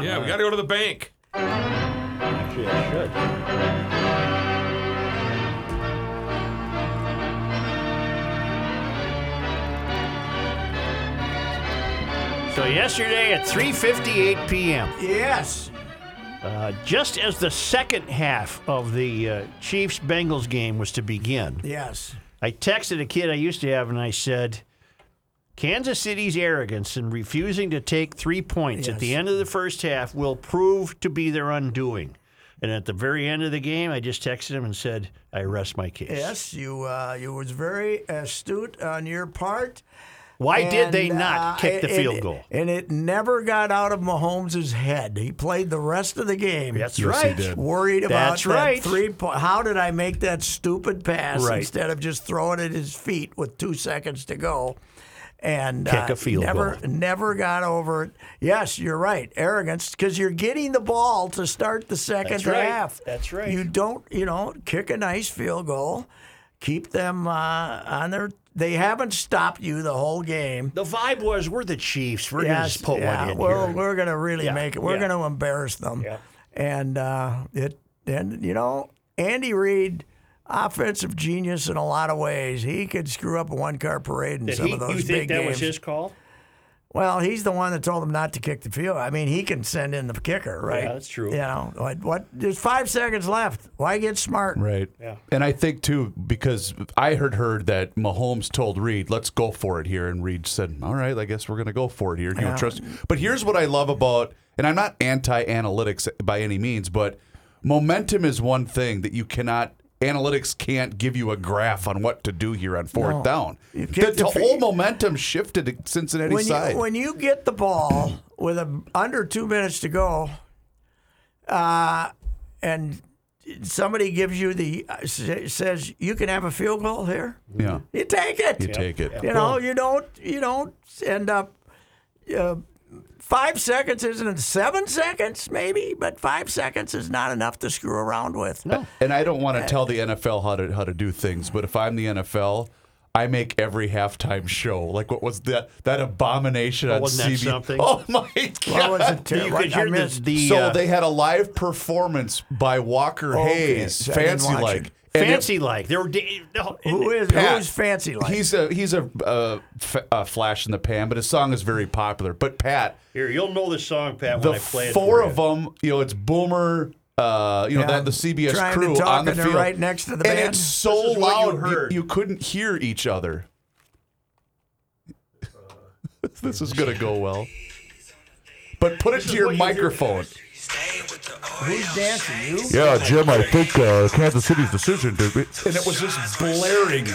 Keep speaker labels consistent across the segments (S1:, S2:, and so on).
S1: Yeah, we got to go to the bank.
S2: Actually, I should.
S3: So yesterday at 3:58 p.m.,
S2: Yes.
S3: uh, just as the second half of the uh, Chiefs Bengals game was to begin,
S2: Yes.
S3: I texted a kid I used to have and I said, "Kansas City's arrogance in refusing to take 3 points at the
S2: Yes.
S3: end of the first half will prove to be their undoing." And at the very end of the game, I just texted him and said, "I rest my case."
S2: Yes. You uh, you was very astute on your part.
S3: Why did
S2: And,
S3: they not
S2: uh,
S3: kick the
S2: and-
S3: field
S2: and-
S3: goal?
S2: And it never got out of Mahomes' head. He played the rest of the game.
S3: That's
S1: Yes, he
S3: right.
S1: did.
S2: Worried about
S3: That's
S2: that
S3: right.
S2: three point. How did I make that stupid pass
S3: Right.
S2: instead of just throwing it at his feet with two seconds to go? And uh,
S3: Kick a field
S2: never,
S3: goal.
S2: never got over it. Yes, you're right. Arrogance because you're getting the ball to start the second
S3: That's right.
S2: half.
S3: That's right.
S2: You don't, you know, kick a nice field goal, keep them uh, on their. They haven't stopped you the whole game.
S3: The vibe was we're the Chiefs. We're going to just put
S2: yeah.
S3: one in
S2: we're,
S3: here.
S2: we're going to really
S3: Yeah,
S2: make it. We're
S3: yeah.
S2: going to embarrass them.
S3: Yeah.
S2: And uh, it and you know Andy Reid, offensive genius in a lot of ways. He could screw up a one car parade in
S3: Did
S2: some
S3: he-
S2: of those
S3: you
S2: big
S3: think that
S2: games.
S3: was his call?
S2: Well, he's the one that told them not to kick the field. I mean, he can send in the kicker, right?
S3: Yeah, that's true.
S2: You know what? What? There's five seconds left. Why get smart?
S1: Right.
S3: Yeah.
S1: And I think too because I had heard that Mahomes told Reed, "Let's go for it here," and Reed said, "All right, I guess we're going to go for it here." You know, trust. But here's what I love about, and I'm not anti-analytics by any means, but momentum is one thing that you cannot. Analytics can't give you a graph on what to do here on fourth down.
S2: You
S1: The,
S2: can't
S1: the
S2: defeat-
S1: whole momentum shifted to Cincinnati
S2: when
S1: side.
S2: You, when you get the ball with a, under two minutes to go, uh, and somebody gives you the uh, sa- says you can have a field goal here,
S1: yeah,
S2: you take it.
S1: you take it.
S2: You know, you don't you don't end up. Uh, Five seconds isn't it? Seven seconds, maybe, but five seconds is not enough to screw around with.
S1: And I don't want to tell the NFL how to how to do things, but if I'm the NFL, I make every halftime show. Like what was that that abomination on
S3: wasn't that
S1: CB?
S3: something?
S1: Oh my
S2: What
S1: god!
S2: was it? Ter-
S3: You
S2: what-
S3: could
S2: I
S3: hear the,
S2: missed-
S3: the
S1: so
S3: uh,
S1: they had a live performance by Walker
S2: Oh,
S1: Hayes,
S2: yes. I didn't
S1: fancy
S2: watch
S1: like
S2: it.
S1: And it-
S3: fancy like they were. da- No,
S2: who is
S1: Pat.
S2: who's fancy like?
S1: He's a he's a, uh, f- a flash in the pan, but his song is very popular. But Pat,
S3: Here, you'll know this song, Pat,
S1: the
S3: when I play it.
S1: four
S3: for
S1: of
S3: you.
S1: them, you know, it's Boomer, uh, you know,
S2: Yeah.
S1: that the CBS
S2: Trying to
S1: crew
S2: talk
S1: on the
S2: and they're
S1: field,
S2: right next to the
S1: and
S2: band.
S1: it's so
S3: This is what you
S1: loud
S3: heard.
S1: you couldn't hear each other. this is gonna go well. But put it to your microphone.
S2: Who's dancing? You?
S4: Yeah, Jim, I think uh, Kansas City's decision to.
S1: And it was just blaring.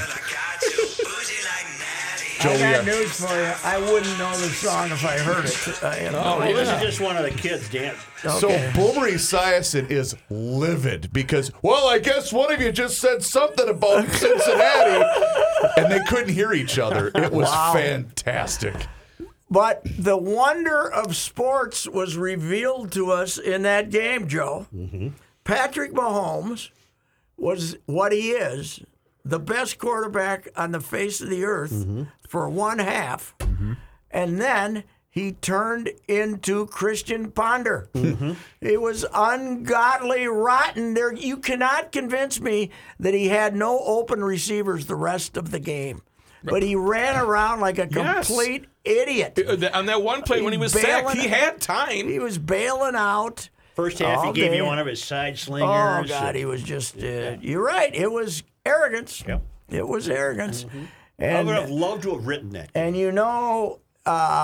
S2: I
S1: Joey, uh,
S2: got news for you. I wouldn't know the song if I heard it. Uh, you know?
S3: Oh, well, this is just one of the kids dance.
S1: So
S2: Okay.
S1: Boomer Esiason is livid because, well, I guess one of you just said something about Cincinnati, and they couldn't hear each other. It was fantastic.
S2: But the wonder of sports was revealed to us in that game, Joe. Patrick Mahomes was what he is the best quarterback on the face of the earth for one half. And then he turned into Christian Ponder. It was ungodly rotten. There, you cannot convince me that he had no open receivers the rest of the game. but he ran around like a
S5: Yes.
S2: complete idiot.
S5: Uh, th- On that one play when he was sacked,
S2: bailing-
S5: he had time.
S2: He was bailing out.
S3: First half,
S2: all
S3: he gave
S2: day.
S3: you one of his side slingers.
S2: Oh God, he was just. Uh, you're right. It was arrogance.
S3: Yep.
S2: It was arrogance.
S3: I
S2: And
S3: would have loved to have written that.
S2: and you know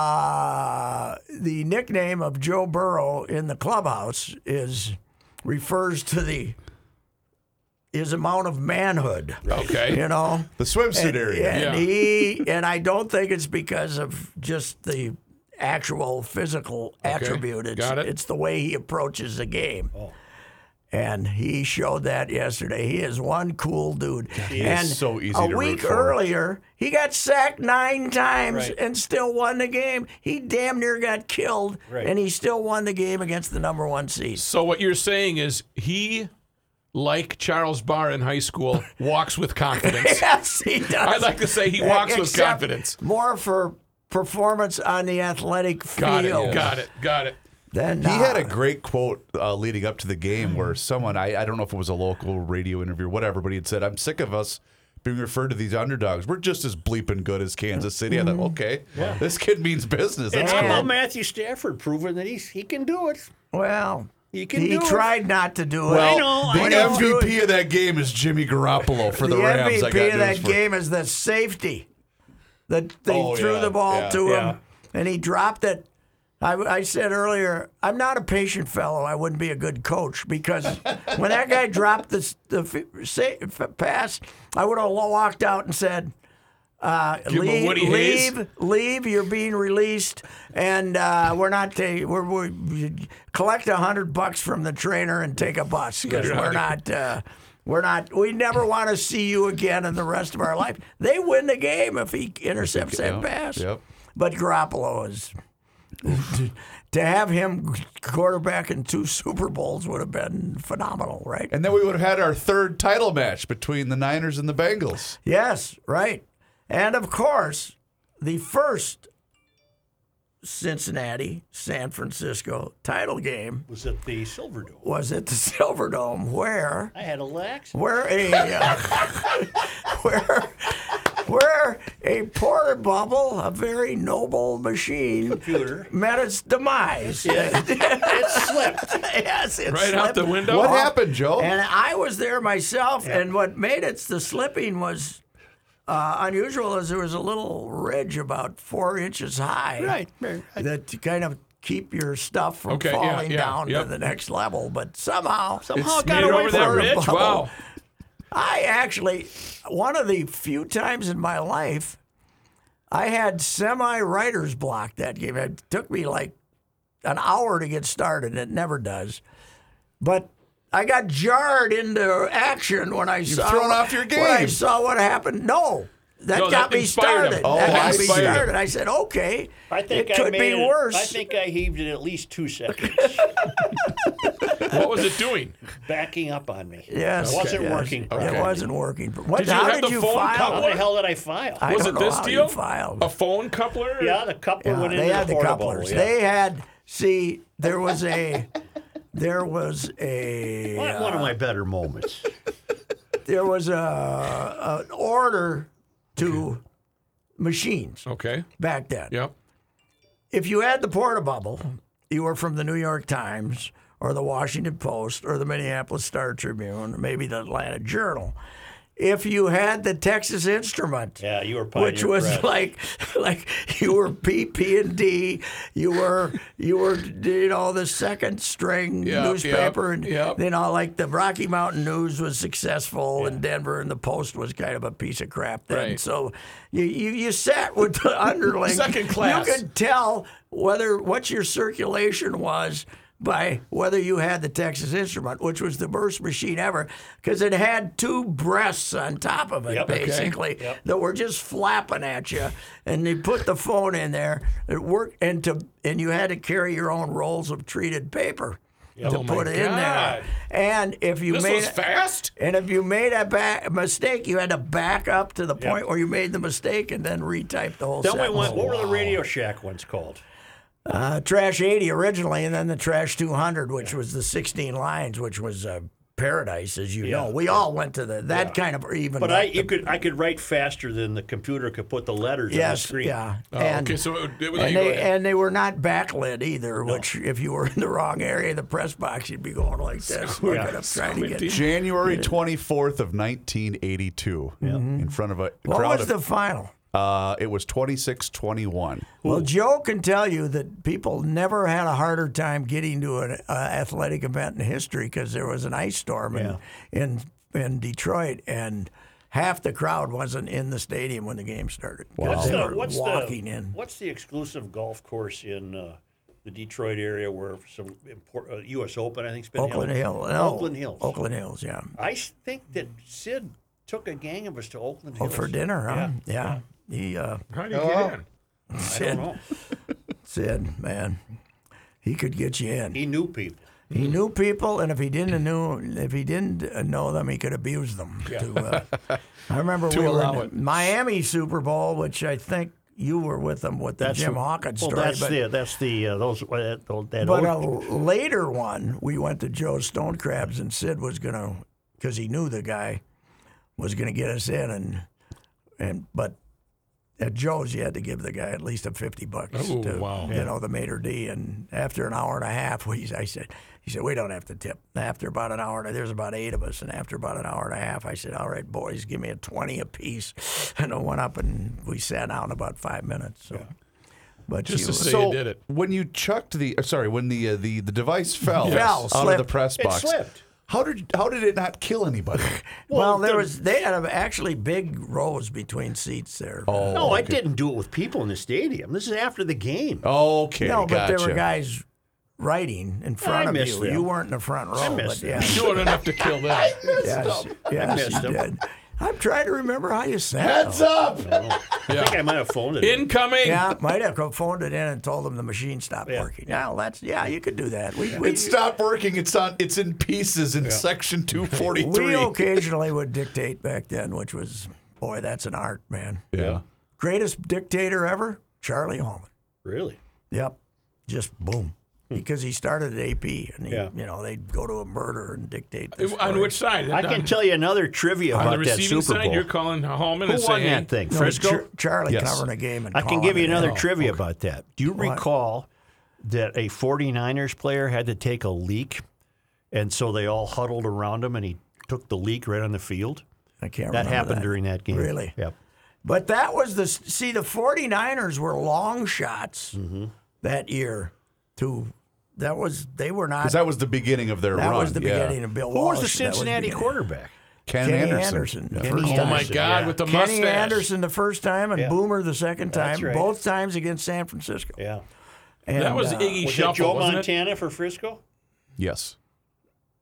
S2: uh, the nickname of Joe Burrow in the clubhouse is refers to the his amount of manhood.
S5: Okay.
S2: You know.
S1: The swimsuit area.
S2: And
S5: Yeah.
S2: he and I don't think it's because of just the actual physical attribute. It's
S5: Got it.
S2: it's the way he approaches the game.
S1: Oh.
S2: And he showed that yesterday. He is one cool dude. and
S1: is so easy
S2: a
S1: to root
S2: week
S1: for.
S2: earlier, he got sacked nine times and still won the game. He damn near got killed, and he still won the game against the number one seed.
S5: So what you're saying is he, like Charles Barr in high school, walks with confidence.
S2: Yes, he does.
S5: I'd like to say he walks with
S2: Except
S5: confidence.
S2: More for performance on the athletic
S5: Got it.
S2: field.
S5: Got it. Got it.
S2: Then
S1: He had a great quote uh, leading up to the game where someone, I, I don't know if it was a local radio interview or whatever, but he had said, I'm sick of us being referred to these underdogs. We're just as bleeping good as Kansas City. I thought, okay, this kid means business. That's
S3: It's all
S1: cool.
S3: about Matthew Stafford proving that he's, he can do it.
S2: well.
S3: He can
S2: He
S3: do
S2: tried not to do it.
S3: Well, I know,
S1: the
S3: I know.
S1: MVP of that game is Jimmy Garoppolo for the,
S2: the
S1: Rams. I
S2: MVP of
S1: got news
S2: that
S1: for you.
S2: game is the safety. That they
S1: Oh,
S2: threw
S1: yeah,
S2: the ball
S1: yeah,
S2: to
S3: yeah.
S2: him, and he dropped it. I, I said earlier, I'm not a patient fellow. I wouldn't be a good coach because when that guy dropped the, s- the f- sa- f- pass, I would have walked out and said, uh,
S5: him a
S2: leave,
S5: Woody Hayes.
S2: leave, leave. You're being released, and uh, we're not. Ta- we're, we're you collect a hundred bucks from the trainer and take a bus because we're not. Uh, we're not. We never want to see you again in the rest of our life. They win the game if he intercepts that
S1: Yep,
S2: pass.
S1: yep.
S2: But Garoppolo is. to have him quarterback in two Super Bowls would have been phenomenal, right?
S1: And then we would have had our third title match between the Niners and the Bengals.
S2: Yes, right. And of course, the first Cincinnati San Francisco title game
S3: Was it the Silver Dome?
S2: was at the Silverdome where
S3: I had a lax.
S2: where a uh, where where a porter bubble, a very noble machine,
S3: Computer.
S2: met its demise.
S3: It slipped.
S2: yes, it
S5: Right out
S2: slipped
S5: the window.
S1: What happened, Joe?
S2: and I was there myself, and what made it the slipping was uh, unusual is there was a little ridge about four inches high.
S3: Right, right.
S2: That to kind of keep your stuff from
S5: Okay, yeah,
S2: falling
S5: yeah,
S2: down
S5: yep.
S2: to the next level. But somehow,
S3: Somehow it
S5: Made
S3: got
S5: it
S3: away
S5: over
S3: from
S5: that
S3: him.
S5: ridge. Wow.
S2: I actually, one of the few times in my life, I had semi writer's block that game. It took me like an hour to get started. It never does. But I got jarred into action when I saw
S1: thrown off your
S2: When I
S1: game.
S2: saw what happened. No. That
S5: No,
S2: got
S5: that
S2: me
S5: inspired him.
S2: started.
S5: Oh,
S2: that
S1: I
S2: got me
S1: see.
S2: started. I said, okay,
S3: I think
S2: it
S3: I
S2: could
S3: made
S2: be
S3: it-
S2: worse.
S3: I think I heaved it at least two seconds,
S5: What was it doing?
S3: backing up on me.
S2: yes,
S3: It wasn't
S2: yes.
S3: working
S2: It
S3: properly.
S2: wasn't working. What,
S5: Did you
S2: how
S5: have
S2: did
S5: the
S2: you
S5: phone
S2: file?
S3: How
S5: covered?
S3: the hell did I file?
S2: I
S5: Was
S2: don't
S5: it
S2: know
S5: this
S2: how you
S5: deal?
S2: filed.
S5: A phone coupler?
S3: yeah, the coupler
S2: Yeah,
S3: went
S2: they
S3: into
S2: had
S3: the,
S2: the,
S3: porta bottle,
S2: couplers.
S3: yeah.
S2: They had. See, there was a, there was a,
S3: One- One of my better moments.
S2: there was a, an order to machines
S5: Okay.
S2: back then.
S5: Yep.
S2: If you had the porta bubble, you were from the New York Times or the Washington Post or the Minneapolis Star Tribune, or maybe the Atlanta Journal. If you had the Texas Instrument,
S3: yeah, you were
S2: which was like like you were PP and D, you were you were you know the second string
S5: Yep,
S2: newspaper,
S5: yep,
S2: and
S5: yep.
S2: you know like the Rocky Mountain News was successful in Denver, and the Post was kind of a piece of crap then.
S5: Right.
S2: So you, you you sat with the underling
S5: Second class.
S2: You could tell whether what your circulation was. By whether you had the Texas Instrument, which was the worst machine ever, because it had two breasts on top of it,
S3: Yep, okay.
S2: basically that were just flapping at you, and they put the phone in there. It worked, and to and you had to carry your own rolls of treated paper to
S5: Oh, my
S2: put in
S5: God.
S2: there. And if you
S5: This
S2: made
S5: was fast.
S2: and if you made a ba- mistake, you had to back up to the point where you made the mistake and then retype the whole.
S3: Then we
S2: sentence.
S3: went. What were the Radio Shack ones called?
S2: Uh, Trash 80 originally, and then the Trash 200, which was the 16 lines, which was a paradise, as you know. We all went to the that kind of or even.
S6: But
S2: the-
S6: I you could I could write faster than the computer could put the letters on the
S2: yes,
S6: screen.
S2: yeah,
S5: Oh,
S2: and
S5: okay, so it, it,
S2: and
S5: you go
S2: they
S5: ahead.
S2: and they were not backlit either. Which, if you were in the wrong area of the press box, you'd be going like this, looking up, trying to get.
S1: January 24th of 1982 in front of a
S2: Mm-hmm. What
S1: crowd
S2: was
S1: of
S2: the final?
S1: uh, it was 26-21.
S2: Well, Joe can tell you that people never had a harder time getting to an uh, athletic event in history because there was an ice storm in, in in Detroit, and half the crowd wasn't in the stadium when the game started.
S6: What's
S2: They
S6: the
S2: were
S6: what's
S2: walking
S6: the
S2: in?
S6: what's the exclusive golf course in uh, the Detroit area where some import, uh, U.S. Open I think's been held?
S2: Oakland Hill. No,
S6: Oakland Hills.
S2: Oakland Hills. Yeah.
S6: I s- think that Sid took a gang of us to Oakland
S2: Oh,
S6: Hills
S2: for dinner, huh? Yeah. He uh,
S5: How do you get in?
S6: I don't know.
S2: said, "Man, he could get you in.
S6: He knew people.
S2: He knew people, and if he didn't know, if he didn't uh, know them, he could abuse them. To, uh, I remember we were in
S5: allow
S2: the
S5: it.
S2: Miami Super Bowl, which I think you were with them with the Jim Hawkins
S3: well,
S2: story.
S3: that's
S2: but,
S3: the that's the uh, those uh, that, that
S2: but
S3: old-
S2: a later one, we went to Joe Stonecrabs, and Sid was gonna, because he knew the guy, was gonna get us in, and and but. At Joe's, you had to give the guy at least a fifty bucks
S5: Oh,
S2: to
S5: wow.
S2: you know the maitre d. And after an hour and a half, we I said he said we don't have to tip. And after about an hour, and a- there's about eight of us, and after about an hour and a half, I said, all right, boys, give me a twenty apiece. And I went up and we sat down in about five minutes. So, but
S5: Just
S2: you-
S5: to say
S1: so
S5: you did it.
S1: when you chucked the uh, sorry when the uh, the the device fell,
S2: Fell,
S1: out of
S2: slipped.
S1: the press
S6: It
S1: box,
S6: slipped.
S1: how did how did it not kill anybody?
S2: Well, there
S6: the-
S2: was they had a, actually big rows between seats there. Oh,
S3: no, I didn't do it with people in the stadium. This is after the game.
S2: Oh,
S1: okay,
S2: no, but
S1: gotcha.
S2: there were guys writing in front
S3: I
S2: of
S3: missed
S2: you.
S3: them.
S2: You weren't in the front row,
S3: missed
S2: but yeah,
S5: You weren't enough to kill that.
S2: yes, yes,
S3: missed
S2: you
S3: them.
S2: did. I'm trying to remember how you sat.
S1: Heads up!
S6: I think I might have phoned it.
S5: Incoming.
S2: Yeah, might have co- phoned it in and told them the machine stopped working. Yeah, that's yeah, you could do that. We we,
S1: It stopped working. It's on. It's in pieces in section two forty
S2: we
S1: three.
S2: occasionally would dictate back then, which was boy, that's an art, man.
S1: Yeah.
S2: Greatest dictator ever, Charlie Holman.
S6: Really?
S2: Yep. Just boom. Because he started at AP, and he,
S6: Yeah.
S2: you know they'd go to a murder and dictate. The
S5: On
S2: story.
S5: which side?
S3: I can tell you another trivia
S5: On the
S3: about that
S5: receiving
S3: Super
S5: side,
S3: Bowl.
S5: you're calling Hallman
S3: Who
S5: and
S3: won
S5: saying,
S3: that thing?
S2: No,
S3: Frisco?
S2: Char- Charlie
S1: Yes.
S2: covering a game. And
S3: I can
S2: calling
S3: give you
S2: it
S3: another
S2: in.
S3: trivia about that. Do you recall that a 49ers player had to take a leak, and so they all huddled around him, and he took the leak right on the field?
S2: I can't
S3: That
S2: remember
S3: happened during that game.
S2: Really?
S3: Yep.
S2: But that was the see the 49ers were long shots that year. To that was they were not.
S1: Because that was the beginning of their
S2: that
S1: run.
S2: was the
S1: yeah.
S2: beginning of Bill.
S3: Who was the
S2: Walsh. That
S3: Cincinnati
S2: beginning.
S3: quarterback?
S1: Ken
S2: Kenny
S1: Anderson.
S2: Anderson. the
S1: Yeah.
S2: first
S5: Oh my
S2: time.
S5: God, with the
S2: Kenny
S5: mustache.
S2: Anderson the first time and Boomer the second time.
S6: That's right.
S2: Both times against San Francisco.
S6: Yeah.
S2: And,
S5: That was
S2: uh,
S5: Iggy
S6: Was
S5: Shuffle,
S6: it Joe
S5: wasn't it?
S6: Montana for Frisco?
S1: Yes.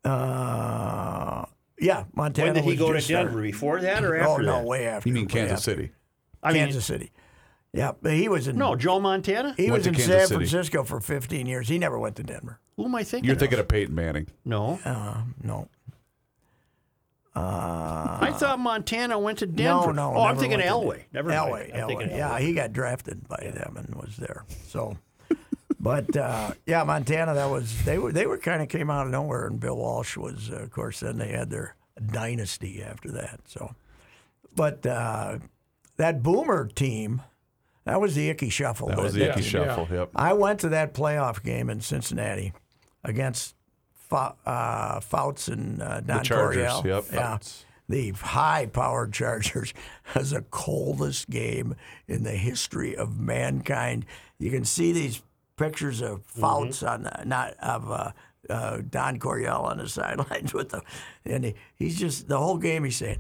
S2: Uh, yeah, Montana.
S6: When did he
S2: was
S6: go to
S2: just
S6: Denver?
S2: started.
S6: Before that or after
S2: Oh no,
S6: that?
S2: way after.
S1: You mean
S2: way
S1: Kansas
S2: after.
S1: City?
S3: I mean,
S2: Kansas City. Yeah, but he was in.
S3: no, Joe Montana.
S2: he
S1: Went
S2: was
S1: to
S2: in
S1: Kansas
S2: San
S1: City.
S2: Francisco for 15 years. He never went to Denver.
S3: Who am I thinking?
S1: You're
S3: of?
S1: thinking of Peyton Manning.
S3: no.
S2: Uh, no.
S3: I thought Montana went to Denver.
S2: Ah. No, no.
S3: Oh, I'm
S2: never
S3: thinking
S2: went to
S3: Elway.
S2: Denver.
S3: Never mind.
S2: Elway,
S3: I'm thinking
S2: Elway. Yeah, he got drafted by them and was there. So, but uh, yeah, Montana. That was they were they were kind of came out of nowhere, and Bill Walsh was, uh, of course. Then they had their dynasty after that. So, but uh, that Boomer team, that was the Icky Shuffle.
S1: That was the Icky Shuffle. Yep.
S2: I went to that playoff game in Cincinnati against Fou- uh, Fouts and uh, Don
S1: Chargers,
S2: Coryell.
S1: yep.
S2: Yeah. The high-powered Chargers was the coldest game in the history of mankind. You can see these pictures of Fouts
S1: Mm-hmm.
S2: on the, not of uh, uh, Don Coryell on the sidelines with the, and he, he's just the whole game. He's saying,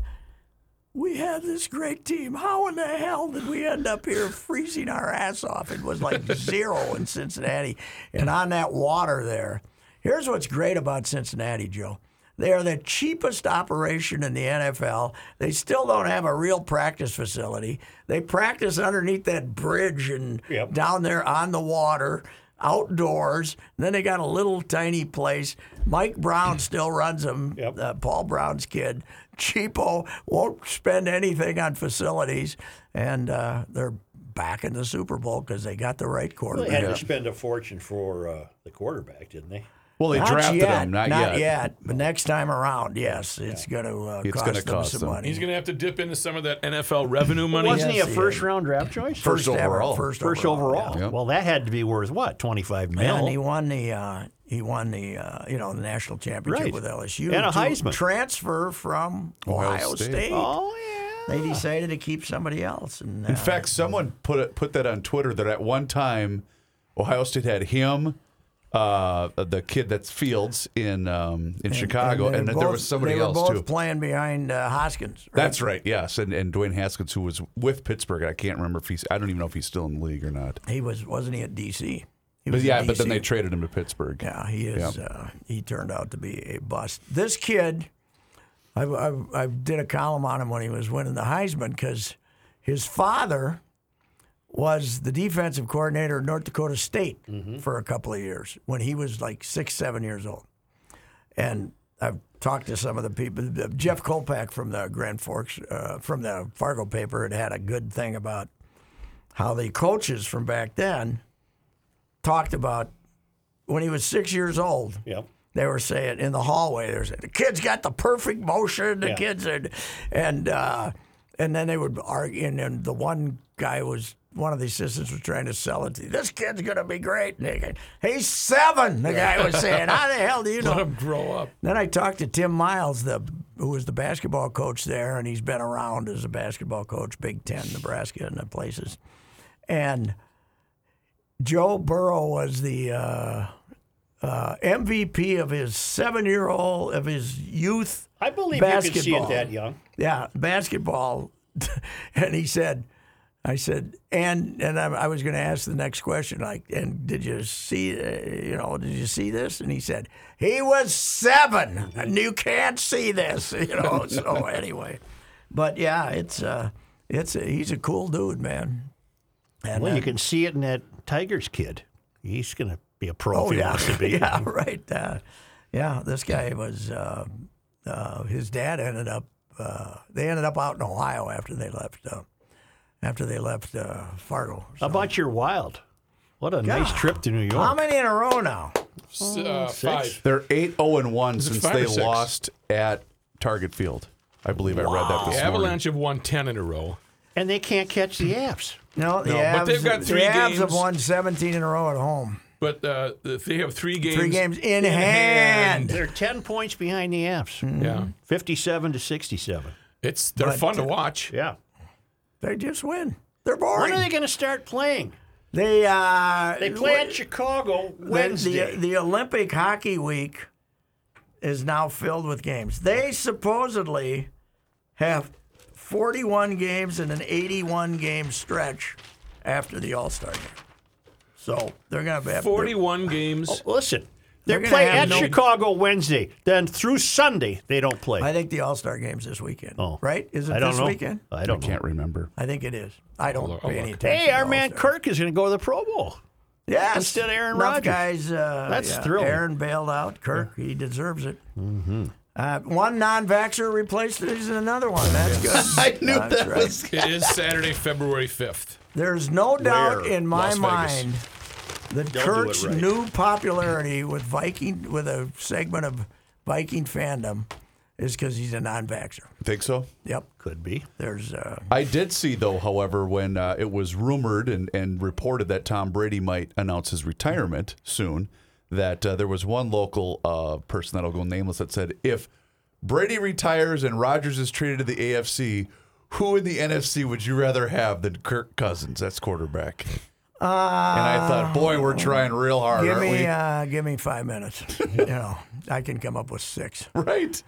S2: we had this great team. How in the hell did we end up here freezing our ass off? It was like zero in Cincinnati. And on that water there, here's what's great about Cincinnati, Joe. They are the cheapest operation in the NFL. They still don't have a real practice facility. They practice underneath that bridge and
S6: Yep.
S2: down there on the water, outdoors. And then they got a little tiny place. Mike Brown still runs them,
S6: Yep.
S2: uh, Paul Brown's kid. Cheapo won't spend anything on facilities, and uh, they're back in the Super Bowl because they got the right
S6: Well,
S2: quarterback.
S6: they had to spend a fortune for uh, the quarterback, didn't they?
S1: Well, they
S2: Not
S1: drafted
S2: yet,
S1: him, not,
S2: yet. But next time around, yes, it's going to uh,
S1: It's
S2: cost
S1: gonna
S2: them
S1: cost
S2: some
S1: them.
S2: money.
S5: He's going to have to dip into some of that NFL revenue money.
S3: Wasn't he a
S2: Yes, he
S3: first round draft choice?
S1: First
S2: ever,
S1: overall.
S2: first,
S3: First
S2: overall.
S3: overall.
S1: Yep.
S3: Well, that had to be worth what? 25
S2: Yeah,
S3: mil.
S2: and he won the uh, he won the uh, you know the national championship
S3: Right.
S2: with LSU
S3: And a
S2: to
S3: Heisman.
S2: transfer from
S1: Ohio
S2: Ohio,
S1: State.
S2: State.
S3: oh, yeah.
S2: They decided to keep somebody else. And, uh,
S1: In fact, someone put it, put that on Twitter that at one time Ohio State had him, uh, the kid that's Fields in um, in Chicago, and,
S2: they
S1: that there
S2: both-
S1: was somebody
S2: they were
S1: else
S2: both
S1: too.
S2: playing behind uh, Hoskins. right?
S1: That's right. Yes, and and Dwayne Haskins, who was with Pittsburgh, I can't remember if he's. I don't even know if he's still in the league or not.
S2: he was wasn't he at DC? He
S1: But
S2: was at
S1: yeah, but then
S2: DC.
S1: they traded him to Pittsburgh.
S2: Yeah, he is. Uh, he turned out to be a bust. This kid, I, I, I did a column on him when he was winning the Heisman because his father was the defensive coordinator at North Dakota State for a couple of years when he was like six, seven years old. And I've talked to some of the people. Jeff Kolpak from the Grand Forks, uh, from the Fargo paper, had had a good thing about how the coaches from back then talked about when he was six years old.
S6: Yep.
S2: They were saying in the hallway, they were saying, the kid's got the perfect motion. The
S6: Yeah.
S2: kids are, and uh, and then they would argue. And, and the one guy was one of the assistants was trying to sell it. to you. This kid's gonna be great. And they go, he's seven. The guy was saying, how the hell do you know?
S5: Let him grow up.
S2: Then I talked to Tim Miles, the who was the basketball coach there, and he's been around as a basketball coach, Big Ten, Nebraska, and the places. And Joe Burrow was the uh, uh, MVP of his seven-year-old of his youth.
S6: I believe you could see
S2: Basketball.
S6: it that young.
S2: Yeah, basketball. and he said, I said, and and I, I was going to ask the next question, like, and did you see, uh, you know, did you see this? And he said, he was seven, and you can't see this, you know. so anyway, but yeah, it's uh, it's he's a cool dude, man. And
S3: Well,
S2: uh,
S3: you can see it in that Tigers kid. He's going to be a pro
S2: oh
S3: if he
S2: yeah,
S3: wants to be.
S2: yeah, right, uh, yeah. This guy was uh, uh, his dad ended up. Uh, they ended up out in Ohio after they left. Uh, after they left uh, Fargo.
S3: How about your wild? What a nice trip to New York.
S2: How many in a row now? Oh,
S5: S- uh, five.
S1: They're eight zero and one
S5: it
S1: since
S5: five or
S1: they
S5: six?
S1: lost at Target Field. I believe I read that
S5: The
S1: this morning.
S5: Avalanche have won 10 in a row.
S3: and they can't catch the apps.
S2: No, the
S5: No,
S2: Avs,
S5: but they've got three
S2: the Avs
S5: games.
S2: have won 17 in a row at home.
S5: But uh, if they have three games.
S2: Three games in,
S5: hand.
S2: hand.
S3: They're 10 points behind the apps.
S2: Hmm.
S5: Yeah.
S3: 57 to 67.
S5: It's they're
S2: mm-hmm. But,
S5: fun to
S2: uh,
S5: watch.
S3: Yeah.
S2: They just win. They're
S3: When
S2: boring.
S3: are they going to start playing?
S2: They uh,
S6: They play at Chicago
S2: the- uh,
S6: Wednesday.
S2: The, the Olympic Hockey Week is now filled with games. They supposedly have 41 games in an 81 game stretch after the All Star game. So they're going to have
S5: 41 games.
S3: Oh, Listen, they're,
S2: They're gonna
S3: playing
S2: have
S3: at
S2: no-
S3: Chicago Wednesday. Then through Sunday, they don't play.
S2: I think the All Star game's this weekend.
S3: Oh.
S2: Right? Is it
S3: I don't
S2: this
S3: know.
S2: weekend?
S3: I don't know.
S1: Can't remember.
S2: I think it is. I don't
S5: look- I'll
S2: pay any
S5: look.
S2: attention.
S3: Hey, our
S2: to
S3: man
S2: All-Star.
S3: Kirk is going to go to the Pro Bowl.
S2: Yes.
S3: instead of Aaron
S2: Enough
S3: Rodgers.
S2: Guys, uh,
S3: That's thrilling.
S2: Aaron bailed out. Kirk, he deserves it. Mm-hmm. Uh, one non-vaxxer replaced it as another one. That's good.
S1: I knew
S2: That's
S1: that
S2: right.
S1: was
S5: It is Saturday, February 5th.
S2: There's no doubt in my
S5: Las Vegas.
S2: mind that
S6: They'll do it
S2: Kurt's
S6: right.
S2: new popularity with Viking, with a segment of Viking fandom, is because he's a non-vaxxer.
S1: Think so?
S2: Yep.
S3: Could be.
S2: There's. Uh,
S1: I did see, though, however, when uh, it was rumored and, and reported that Tom Brady might announce his retirement soon, that uh, there was one local uh, person that'll go nameless that said, if Brady retires and Rodgers is traded to the AFC, who in the NFC would you rather have than Kirk Cousins? That's quarterback. and I thought, boy, we're trying real hard,
S2: Give
S1: aren't
S2: me,
S1: we?
S2: uh, give me five minutes. you know, I can come up with six.
S1: right.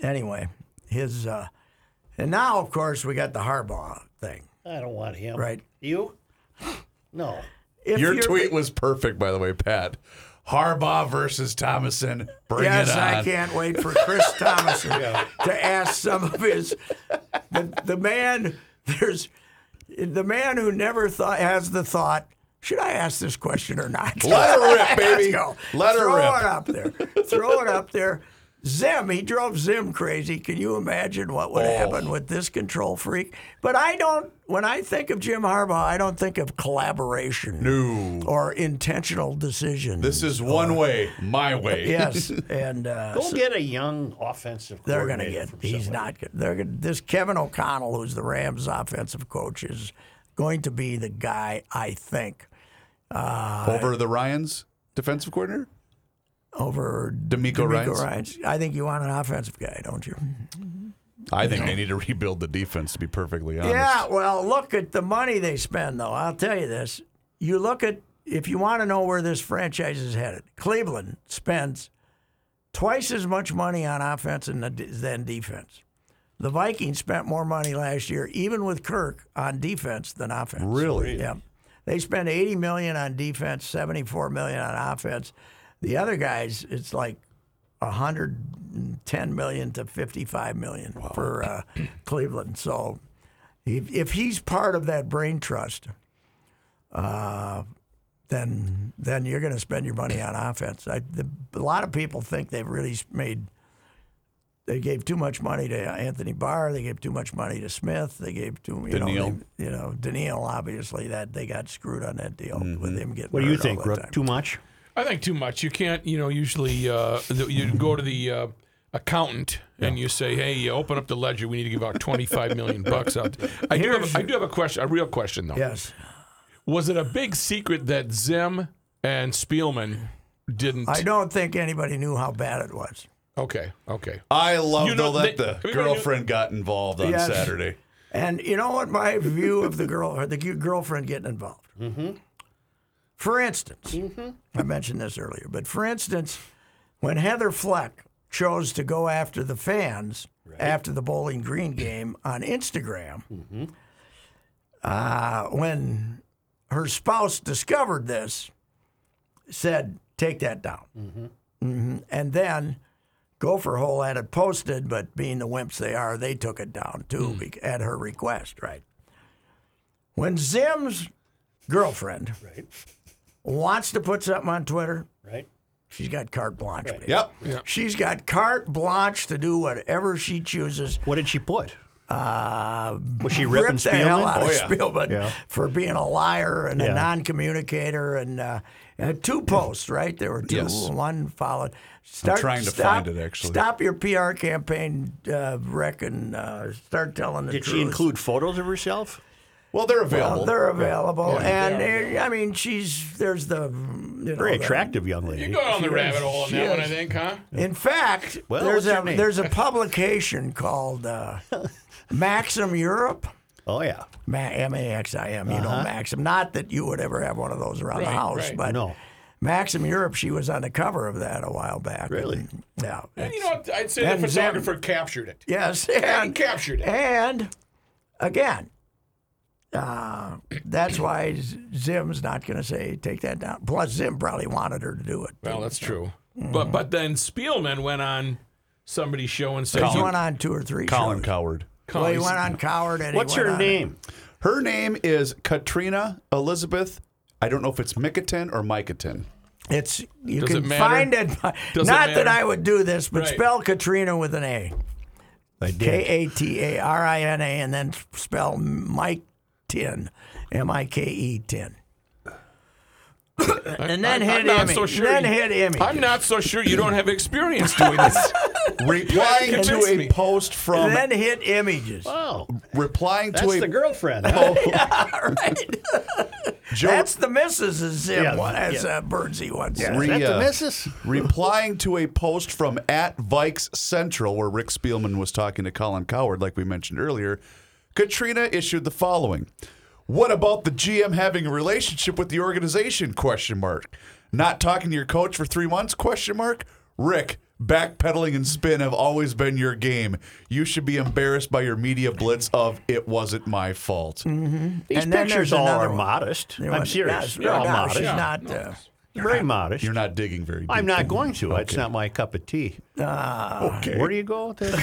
S2: anyway, his uh, and now of course we got the Harbaugh thing,
S6: I don't want him.
S2: right?
S6: You? No.
S2: If
S1: Your
S2: you're-
S1: tweet was perfect, by the way, Pat. Harbaugh versus Thomason. Bring
S2: Yes,
S1: it on.
S2: I can't wait for Chris Thomason to ask some of his the, the man. There's the man who never thought has the thought. Should I ask this question or not?
S1: Let her rip,
S2: Let's
S1: baby.
S2: go.
S1: Let her
S2: Throw
S1: rip.
S2: it up there. Throw it up there. Zim, he drove Zim crazy. Can you imagine what would
S1: Oh.
S2: happen with this control freak? But I don't, when I think of Jim Harbaugh, I don't think of collaboration
S1: No.
S2: or intentional decision.
S1: This is
S2: Oh.
S1: one way, my way.
S2: yes, and uh,
S6: Go get a young offensive.
S2: they're going to
S6: coordinator
S2: get,
S6: from
S2: he's not, gonna- they're gonna, this Kevin O'Connell, who's the Rams offensive coach, is going to be the guy, I think,
S1: Over the Ryans defensive coordinator?
S2: over
S1: D'Amico Ryans?
S2: Ryans. I think you want an offensive guy, don't you?
S1: I think they need to rebuild the defense, to be perfectly honest.
S2: Yeah, well, look at the money they spend, though. I'll tell you this. You look at, if you want to know where this franchise is headed, Cleveland spends twice as much money on offense than, the- than defense. The Vikings spent more money last year, even with Kirk, on defense than offense.
S1: Really?
S2: Yeah. They spend 80 million on defense, 74 million on offense. The other guys, it's like 110 million to 55 million for uh, Cleveland. So if, if he's part of that brain trust, uh, then then you're going to spend your money on offense. I, the, a lot of people think they've really made. They gave too much money to Anthony Barr. They gave too much money to Smith. They gave too you know
S1: Daniil.
S2: they, you know Daniil obviously that they got screwed on that deal with him getting.
S3: Mm-hmm. What do you
S2: hurt all
S3: think,
S2: the
S3: Rook?
S2: time.
S3: Too much?
S5: I think too much. You can't, you know, usually uh, th- you go to the uh, accountant and you say, "Hey, you open up the ledger. We need to give out twenty-five million bucks out." I do, have, I do have a question, a real question though.
S2: Yes,
S5: Was it a big secret that Zim and Spielman didn't?
S2: I don't think anybody knew how bad it was.
S5: Okay, okay.
S1: I love
S5: You know,
S1: though that
S5: they-
S1: the
S5: everybody knew-
S1: girlfriend got involved on
S2: Yes.
S1: Saturday.
S2: And you know what my view of the girl or the g- girlfriend getting involved. Mm-hmm. For instance, I mentioned this earlier, but for instance, when Heather Fleck chose to go after the fans after the Bowling Green game on Instagram, uh, when her spouse discovered this, said, "Take that down,"
S6: Mm-hmm.
S2: Mhm. and then. Gopher Hole had it posted, but being the wimps they are, they took it down too
S6: Mm.
S2: bec at her request, right? When Zim's girlfriend
S6: Right.
S2: wants to put something on Twitter,
S6: Right.
S2: she's got carte blanche. baby.
S1: Yep.
S2: She's got carte blanche to do whatever she chooses.
S3: What did she put?
S2: Uh,
S3: Was she
S2: rip
S3: ripping
S2: the hell
S3: Spielman?
S2: out
S1: Oh,
S2: of
S1: yeah.
S2: Spielman
S3: Yeah.
S2: for being a liar and a
S3: Yeah.
S2: non-communicator and uh, uh, two posts, right? There were two.
S1: Yes.
S2: One followed. Start,
S1: trying to
S2: stop-
S1: find it, actually.
S2: Stop your PR campaign, uh, Rick, and uh, start telling the
S3: Did
S2: truth.
S3: she include photos of herself?
S1: Well, they're
S2: Well,
S1: available.
S2: they're available, and uh, I mean, she's there's the you know,
S3: Very
S2: the-
S3: attractive young lady.
S5: You go on the rabbit hole on
S2: She
S5: that one, I
S2: is.
S5: think, huh?
S2: In fact,
S3: Well,
S2: there's
S3: what's her
S2: a
S3: name?
S2: there's a publication called uh, Maxim Europe.
S3: Oh yeah.
S2: Ma- M-A-X-I-M, you
S1: Uh-huh.
S2: know, Maxim. Not that you would ever have one of those around the
S5: Right,
S2: house,
S5: right.
S2: but
S3: No.
S2: Maxim Europe, she was on the cover of that a while back.
S3: Really?
S2: And, yeah.
S5: And you know, what? I'd say
S2: And
S5: the
S2: Zim.
S5: photographer captured it.
S2: Yes. And,
S5: captured it.
S2: And again, uh, that's why Z- Zim's not going to say, take that down. Plus, Zim probably wanted her to do it.
S5: Well, that's true.
S2: Mm.
S5: But but then Spielman went on somebody's show and said,
S1: Colin.
S2: He
S5: "You-
S2: went on two or three
S1: Colin
S2: shows.
S1: Coward.
S2: Well, he
S5: Colin,
S2: went on Coward. And he
S3: What's
S2: went
S3: her
S2: on-
S3: name?
S1: Her name is Katrina Elizabeth. I don't know if it's Mikatin or Mikatin.
S2: It's you
S5: Does
S2: can
S5: it matter?
S2: find it. By,
S5: Does it
S2: not that
S5: matter?
S2: I would do this, but
S5: Right.
S2: spell Katrina with an A.
S3: I did.
S2: K A T A R I N A, and then spell Mike Tin, M I K E Tin. and
S5: I'm
S2: then hit
S5: not
S2: Emmy.
S5: so sure
S2: Then
S5: you-
S2: hit Emmy.
S5: I'm not so sure you don't have experience doing this.
S1: Replying to
S5: convinced
S1: a
S5: me.
S1: post from
S2: then hit images.
S3: Oh,
S1: replying
S3: that's
S1: to a
S3: the girlfriend.
S1: Oh,
S3: huh?
S2: right.
S1: Joe-
S2: That's the Mrs. is Zim
S3: Yeah,
S2: one, as
S3: yeah.
S2: uh, Birdsey once said.
S3: Is that the
S1: uh,
S3: missus?
S1: replying to a post from at Vikes Central, where Rick Spielman was talking to Colin Coward, like we mentioned earlier, Katrina issued the following: "What about the GM having a relationship with the organization? Question mark. Not talking to your coach for three months? Question mark. Rick." Backpedaling and spin have always been your game. You should be embarrassed by your media blitz of it wasn't my fault.
S3: Mm. These
S2: And then
S3: pictures
S2: there's
S3: all
S2: another
S3: are
S2: one.
S3: modest.
S2: There
S3: I'm
S2: was-
S3: serious.
S2: No,
S3: They're all
S2: no,
S3: modest.
S2: she's not. Uh,
S3: Very modest.
S1: You're not digging very deep.
S3: I'm not going to. It's not my cup of tea.
S1: okay.
S3: Where do you go? with this?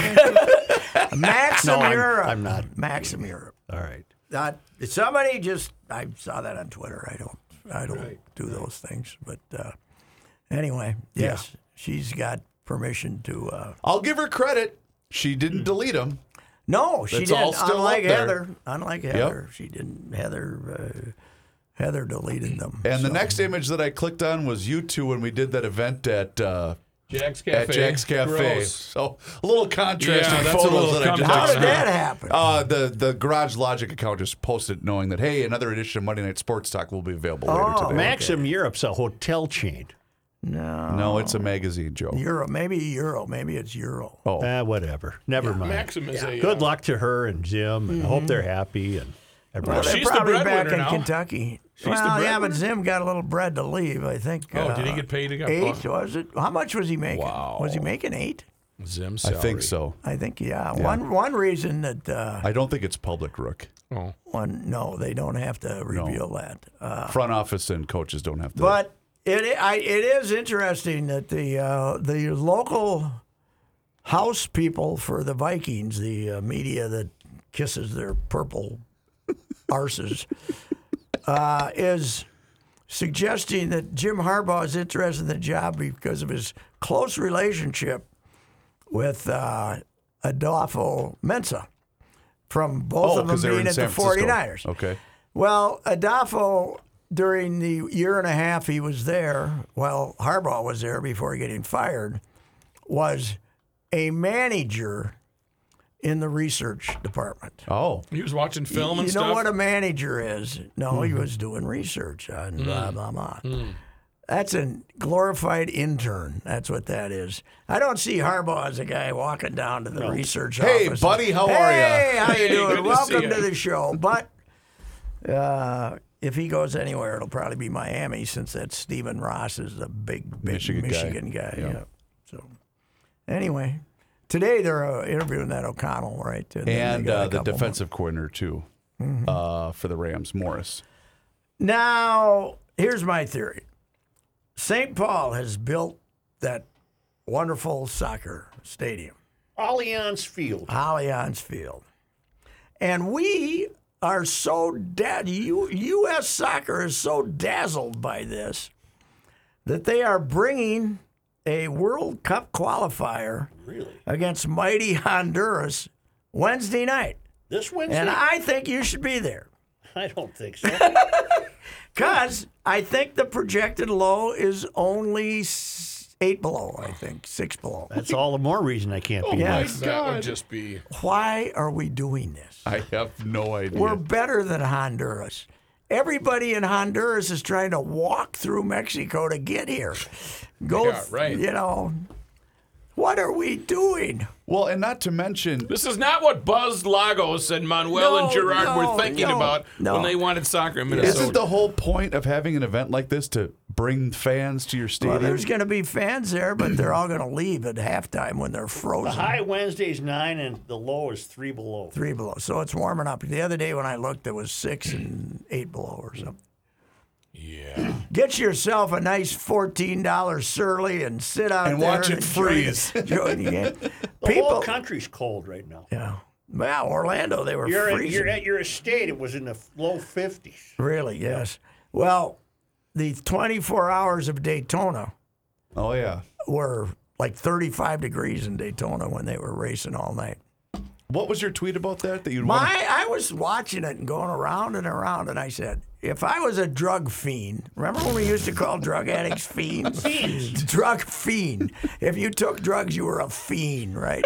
S2: Maxim
S3: No, I'm-
S2: Europe.
S3: I'm not.
S2: Maxim Europe.
S3: all right.
S2: Not, somebody just I saw that on Twitter. I don't I don't do those things. But uh, anyway, yes, she's got permission to. Uh,
S1: I'll give her credit. She didn't
S5: Mm.
S1: delete them.
S2: no, she
S1: It's all
S2: didn't.
S1: still up
S2: Unlike
S1: there.
S2: Heather, unlike Heather, she didn't. Heather, uh, Heather deleted them.
S1: And the
S2: So-
S1: next image that I clicked on was you two when we did that event at uh,
S5: Jack's Cafe.
S1: at Jack's Cafe.
S5: Gross.
S1: So a little contrast
S5: Yeah,
S1: in
S5: that's a
S1: photos
S5: little
S1: that I just
S2: how did
S5: contrast.
S2: that happen?
S1: Uh, the the Garage Logic account just posted knowing that hey, another edition of Monday Night Sports Talk will be available later today.
S3: Maxim Europe's a hotel chain.
S2: no,
S1: No, it's a magazine, Joe.
S2: Euro, maybe Euro, maybe it's Euro.
S3: Oh, whatever. Never mind.
S5: Maxim is a
S3: Good
S5: uh,
S3: luck to her and Jim, and I hope they're happy and everybody.
S2: Well, they're
S5: she's the
S2: probably
S5: breadwinner
S2: back in
S5: now.
S2: Kentucky.
S5: the
S2: well, yeah, but
S5: breadwinner?
S2: Zim got a little bread to leave. I think.
S5: Oh, did he
S2: uh,
S5: get paid again?
S2: Eight was it? How much was he making?
S5: Wow.
S2: Was he making eight?
S5: Zim
S1: I
S5: salary.
S1: think so.
S2: I think yeah. One one reason that uh,
S1: I don't think it's public, Rook.
S5: Oh.
S2: one no, they don't have to reveal that. Uh,
S1: Front office and coaches don't have to.
S2: but it i- I, it is interesting that the uh, the local house people for the Vikings, the uh, media that kisses their purple arses, uh, is suggesting that Jim Harbaugh is interested in the job because of his close relationship with uh, Adolfo Mensa from both
S1: oh,
S2: of them
S1: because they're
S2: being
S1: in
S2: at
S1: San
S2: the
S1: Francisco.
S2: 49ers.
S1: Okay.
S2: Well, Adolfo, during the year and a half he was there, while Harbaugh was there before getting fired, was a manager in the research department.
S1: Oh,
S5: He was watching
S2: You
S5: film
S2: know
S5: and stuff.
S2: what a manager is? No, he was doing research on blah, blah, blah. That's a glorified intern. That's what that is. I don't see Harbaugh as a guy walking down to the research
S1: Hey,
S2: office.
S1: buddy, how are ya?
S2: Hey, how
S5: Hey,
S2: you doing?
S5: good to see
S2: Welcome to,
S5: ya.
S2: the show. But uh, if he goes anywhere, it'll probably be Miami since that Stephen Ross is the big, big
S1: Michigan
S2: Michigan,
S1: guy.
S2: guy. yeah. So anyway, today they're uh, interviewing that O'Connell, right? then they
S1: and
S2: got a
S1: uh, the
S2: couple more. Mm-hmm.
S1: defensive coordinator too, uh, for the Rams, Morris.
S2: Now, here's my theory. St. Paul has built that wonderful soccer stadium,
S6: Allianz Field.
S2: Allianz Field. And we are so da- U- US soccer is so dazzled by this that they are bringing a World Cup qualifier
S6: Really?
S2: against mighty Honduras Wednesday night.
S6: This Wednesday?
S2: And I think you should be there.
S6: I don't think so.
S2: Because I think the projected low is only s- eight below, I think, six below.
S3: That's all the more reason I can't be.
S2: Yeah.
S5: that would just be.
S2: Why are we doing this?
S1: I have no idea.
S2: We're better than Honduras. Everybody in Honduras is trying to walk through Mexico to get here. Go,
S5: Yeah,
S2: th-
S5: right.
S2: you know, what are we doing?
S1: well, and not to mention,
S5: This is not what Buzz Lagos and Manuel
S2: No,
S5: and Gerard
S2: no,
S5: were thinking
S2: no,
S5: about
S2: no.
S5: when they wanted soccer in Minnesota.
S1: isn't the whole point of having an event like this to bring fans to your
S2: Well,
S1: stadium?
S2: there's going to be fans there, but they're all going to leave at halftime when they're frozen.
S6: The high Wednesday's nine and the low is three below.
S2: three below. So it's warming up. The other day when I looked, it was six and eight below or something. Yeah. Get yourself a nice fourteen dollar surly and sit out
S1: And
S2: there
S1: watch it
S2: enjoy the-
S1: freeze.
S2: enjoy the game.
S6: The whole
S2: People.
S6: country's cold right now.
S2: Yeah. Yeah, Orlando, they were
S6: You're at,
S2: freezing.
S6: you're at your estate, it was in the f- low 50s.
S2: Really, yes. Well, the 24 hours of Daytona
S1: oh yeah.
S2: were like 35 degrees in Daytona when they were racing all night.
S1: What was your tweet about that? That you'd want.
S2: My, I was watching it and going around and around, and I said, if I was a drug fiend, remember when we used to call drug addicts fiends? Fiends. Drug fiend. If you took drugs, you were a fiend, right?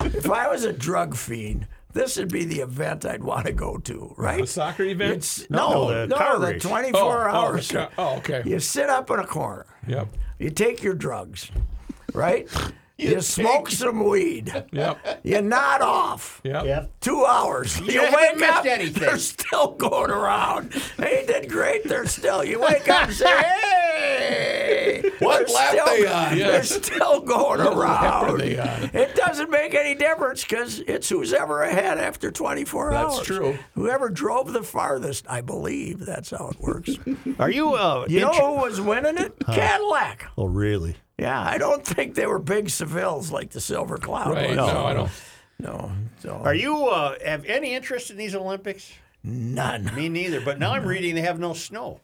S2: if I was a drug fiend, this would be the event I'd want to go to, right?
S5: a soccer event?
S2: It's, no,
S3: no, the
S2: no,
S3: car
S2: the
S3: race.
S2: 24 hours.
S5: Oh, okay. Oh, okay.
S2: You sit up in a corner.
S5: Yep.
S2: You take your drugs, right? you smoke some weed.
S5: Yep.
S2: You nod off.
S5: Yep.
S2: Two hours. You
S6: haven't
S2: wake
S6: missed
S2: up,
S6: anything.
S2: they're still going around. They did great. They're still. You wake up and say, "Hey,
S1: What
S2: they're
S1: lap
S2: still-
S1: they on?
S2: They're still going around. It doesn't make any difference because it's who's ever ahead after 24
S5: That's
S2: hours.
S5: true.
S2: Whoever drove the farthest, I believe that's how it works.
S3: Are you? Uh,
S2: You know
S3: inter-
S2: who was winning it? Cadillac.
S3: oh, really?
S2: Yeah, I don't think they were big Sevilles like the Silver Cloud.
S5: Right.
S2: was.
S5: No, I don't.
S2: No. So
S6: Are you uh, have any interest in these Olympics?
S2: none?
S6: Me neither. But now I'm reading they have no snow.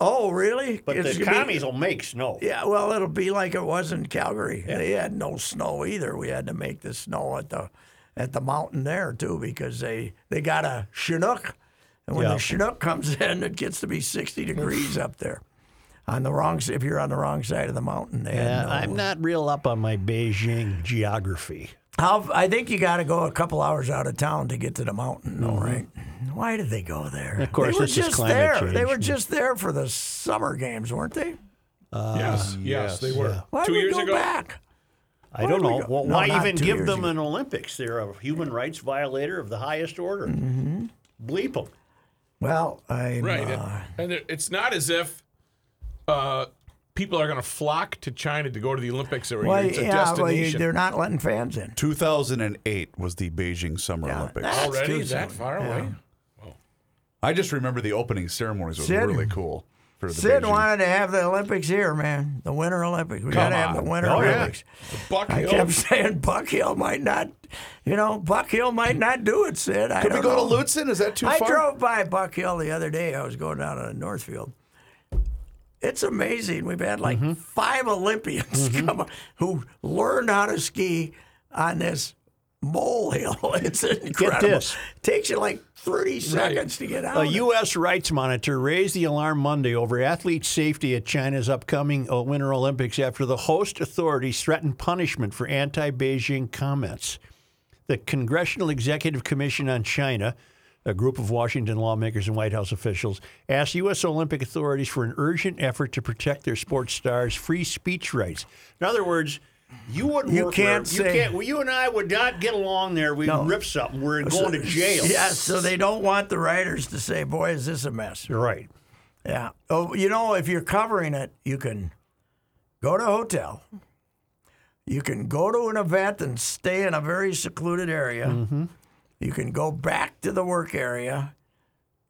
S2: Oh, really?
S6: But
S2: It's
S6: the
S2: gonna be-
S6: commies will make snow.
S2: Yeah, well, it'll be like it was in Calgary. They had no snow either. We had to make the snow at the at the mountain there too because they they got a Chinook, and when
S3: Yeah.
S2: the Chinook comes in, it gets to be sixty degrees up there. On the wrong, s- if you're on the wrong side of the mountain, they
S6: Uh,
S2: had
S3: Yeah,
S2: no-
S3: I'm not real up on my Beijing geography.
S2: How, I think you got to go a couple hours out of town to get to the mountain, though, right? Why did they go there?
S3: Mm-hmm. Of course,
S2: they were
S3: it's just
S2: just
S3: climate
S2: there. They
S3: change.
S2: were just there for the summer games, weren't they? Um,
S5: yes, yes, they were.
S2: Why
S5: Two
S2: did
S5: years
S2: we go
S5: ago,
S2: back?
S3: I don't
S2: did we
S3: know.
S2: go-
S3: Well,
S2: No,
S3: why
S2: not
S3: even
S2: two
S3: give
S2: years
S3: them
S2: ago.
S3: an Olympics? They're a human rights violator of the highest order.
S2: Mm-hmm.
S3: Bleep them.
S2: Well, uh, I
S5: right? and it- it's not as if uh, people are going to flock to China to go to the Olympics every
S2: Well,
S5: year. It's a
S2: yeah, well, you-
S5: destination.
S2: they're not letting fans in. Uh,
S1: 2008 was the Beijing Summer Olympics.
S2: that's
S5: already
S2: too
S5: that
S2: soon.
S5: far away.
S1: I just remember the opening ceremonies was
S2: Sid-
S1: really cool. For the
S2: Sid
S1: Beijing.
S2: wanted to have the Olympics here, man. The Winter Olympics. We got to have the
S1: on.
S2: Winter
S1: Oh, yeah.
S2: Olympics.
S5: Buck
S2: I
S5: Hill.
S2: kept saying Buck Hill might not, you know, Buck Hill might not do it, Sid. I
S1: Could we
S2: don't
S1: go
S2: know.
S1: to Lutzen? Is that too
S2: I
S1: far?
S2: drove by Buck Hill the other day. I was going down to Northfield. It's amazing. We've had like
S3: Mm-hmm.
S2: five Olympians come on, who learned how to ski on this molehill. It's incredible.
S3: this. Uh,
S2: Takes you like 30 seconds to get out.
S3: A
S2: of it.
S3: U.S. rights monitor raised the alarm Monday over athlete safety at China's upcoming uh, Winter Olympics after the host authorities threatened punishment for anti Beijing comments. The Congressional Executive Commission on China, a group of Washington lawmakers and White House officials, asked U.S. Olympic authorities for an urgent effort to protect their sports stars' free speech rights. In other words, you wouldn't.
S2: You
S3: work
S2: can't
S3: for, you,
S2: say-
S3: can't, well, you and I would not get along there. We would rip something. We're going to jail.
S2: Yeah, so they don't want the writers to say, boy, is this a mess.
S3: You're right.
S2: Yeah. Oh, you know, if you're covering it, you can go to a hotel. You can go to an event and stay in a very secluded area. You can go back to the work area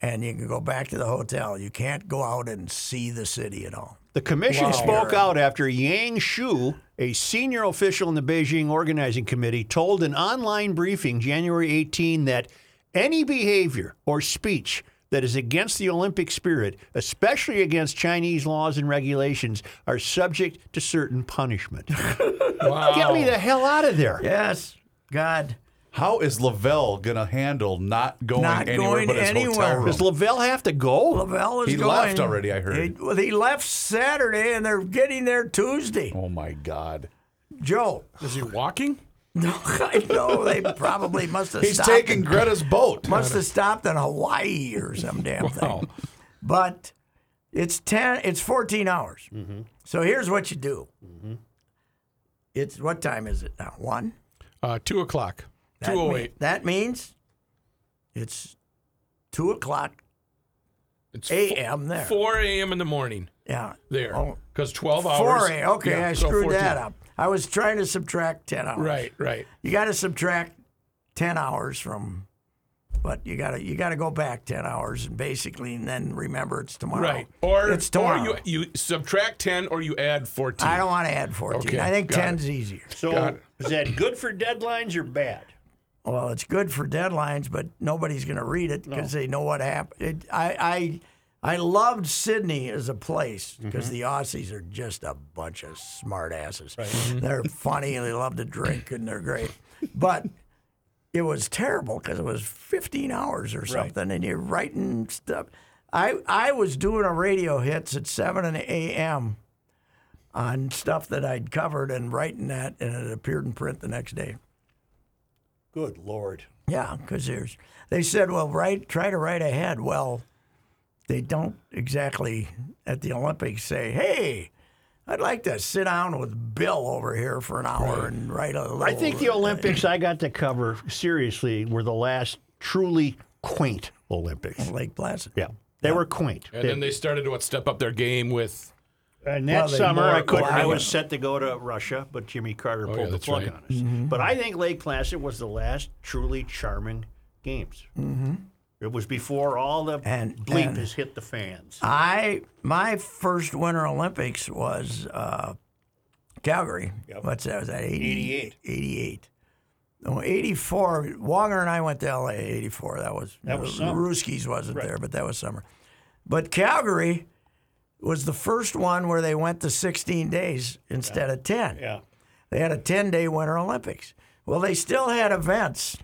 S2: and you can go back to the hotel. You can't go out and see the city at all.
S3: The commission spoke out after Yang Shu, a senior official in the Beijing Organizing Committee, told an online briefing January 18 that any behavior or speech that is against the Olympic spirit, especially against Chinese laws and regulations, are subject to certain punishment. Get me the hell out of there.
S2: Yes, God.
S1: How is Lavelle gonna handle not going
S2: Not
S1: anywhere
S2: going
S1: but his
S2: anywhere.
S1: hotel room?
S3: Does Lavelle have to go?
S2: Lavelle is
S1: He
S2: going.
S1: left already, I heard.
S2: He, well, he left Saturday and they're getting there Tuesday.
S1: oh my God!
S2: Joe.
S5: Is he walking?
S2: No, I know. They probably must have
S1: He's
S2: stopped.
S1: taking
S2: and-
S1: Greta's boat.
S2: Must have stopped in Hawaii or some damn thing.
S5: Wow.
S2: But it's ten. It's fourteen hours.
S5: Mm-hmm.
S2: So here's what you do. It's what time is it now? One.
S5: Uh, two o'clock.
S2: That
S5: Two oh
S2: mea-
S5: eight.
S2: That means it's two o'clock
S5: It's
S2: a.m. There.
S5: four a.m. in the morning
S2: Yeah.
S5: there
S2: Oh,
S5: because twelve hours.
S2: four a.m. Okay,
S5: Yeah,
S2: I
S5: so
S2: screwed
S5: 14.
S2: that up. I was trying to subtract ten hours.
S5: Right, right.
S2: You got to subtract ten hours from. But you gotta you gotta go back ten hours and basically and then remember it's tomorrow.
S5: Right. Or,
S2: it's
S5: or
S2: tomorrow.
S5: you, you subtract 10 or you add 14.
S2: I don't want to add 14.
S5: Okay,
S2: I think
S5: got
S2: 10's easier.
S5: Got
S6: So
S5: it.
S6: is that good for deadlines or bad?
S2: Well, it's good for deadlines, but nobody's going to read it because they know what happened. It, I, I, I loved Sydney as a place because the Aussies are just a bunch of smart asses. They're funny, they love to drink, and they're great. But it was terrible because it was 15 hours or something, and you're writing stuff. I, I was doing a radio hits at 7 a.m. on stuff that I'd covered and writing that, and it appeared in print the next day.
S6: Good lord.
S2: Yeah, because there's. They said, well, write, try to write ahead. Well, they don't exactly at the Olympics say, hey, I'd like to sit down with Bill over here for an hour and write a little.
S3: I think the Olympics I got to cover seriously were the last truly quaint Olympics.
S2: Lake Placid.
S3: Yeah. They were quaint.
S5: And then they started to what, step up their game with.
S3: And
S2: Well,
S3: that
S2: they
S3: summer,
S2: more-
S3: I couldn't.
S2: more-
S3: I was set to go to Russia, but Jimmy Carter pulled
S5: Oh, yeah,
S3: the
S5: that's
S3: plug
S5: right.
S3: on us. But I think Lake Placid was the last truly charming games. Mm-hmm. It was before all the
S2: And-
S3: bleep
S2: and-
S3: has hit the fans.
S2: I my first Winter Olympics was uh, Calgary. What's that? Was that 88? 88. 88. No, 84. Wonger and I went to LA 84. That was,
S6: That was summer.
S2: Ruskies wasn't there, but that was summer. But Calgary, was the first one where they went to 16 days instead of 10.
S6: Yeah.
S2: They had a 10 day Winter Olympics. Well, they still had events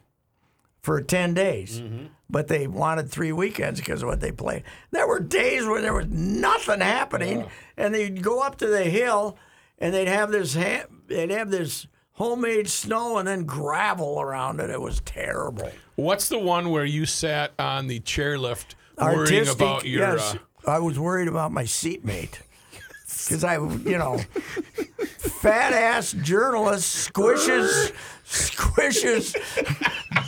S2: for 10 days,
S6: Mm-hmm.
S2: but they wanted three weekends because of what they played. There were days where there was nothing happening, and they'd go up to the hill and they'd have this ha- they'd have this homemade snow and then gravel around it. It was terrible.
S5: What's the one where you sat on the chairlift worrying
S2: Artistic,
S5: about your?
S2: yes.
S5: Uh,
S2: I was worried about my seatmate because I, you know, fat ass journalist squishes squishes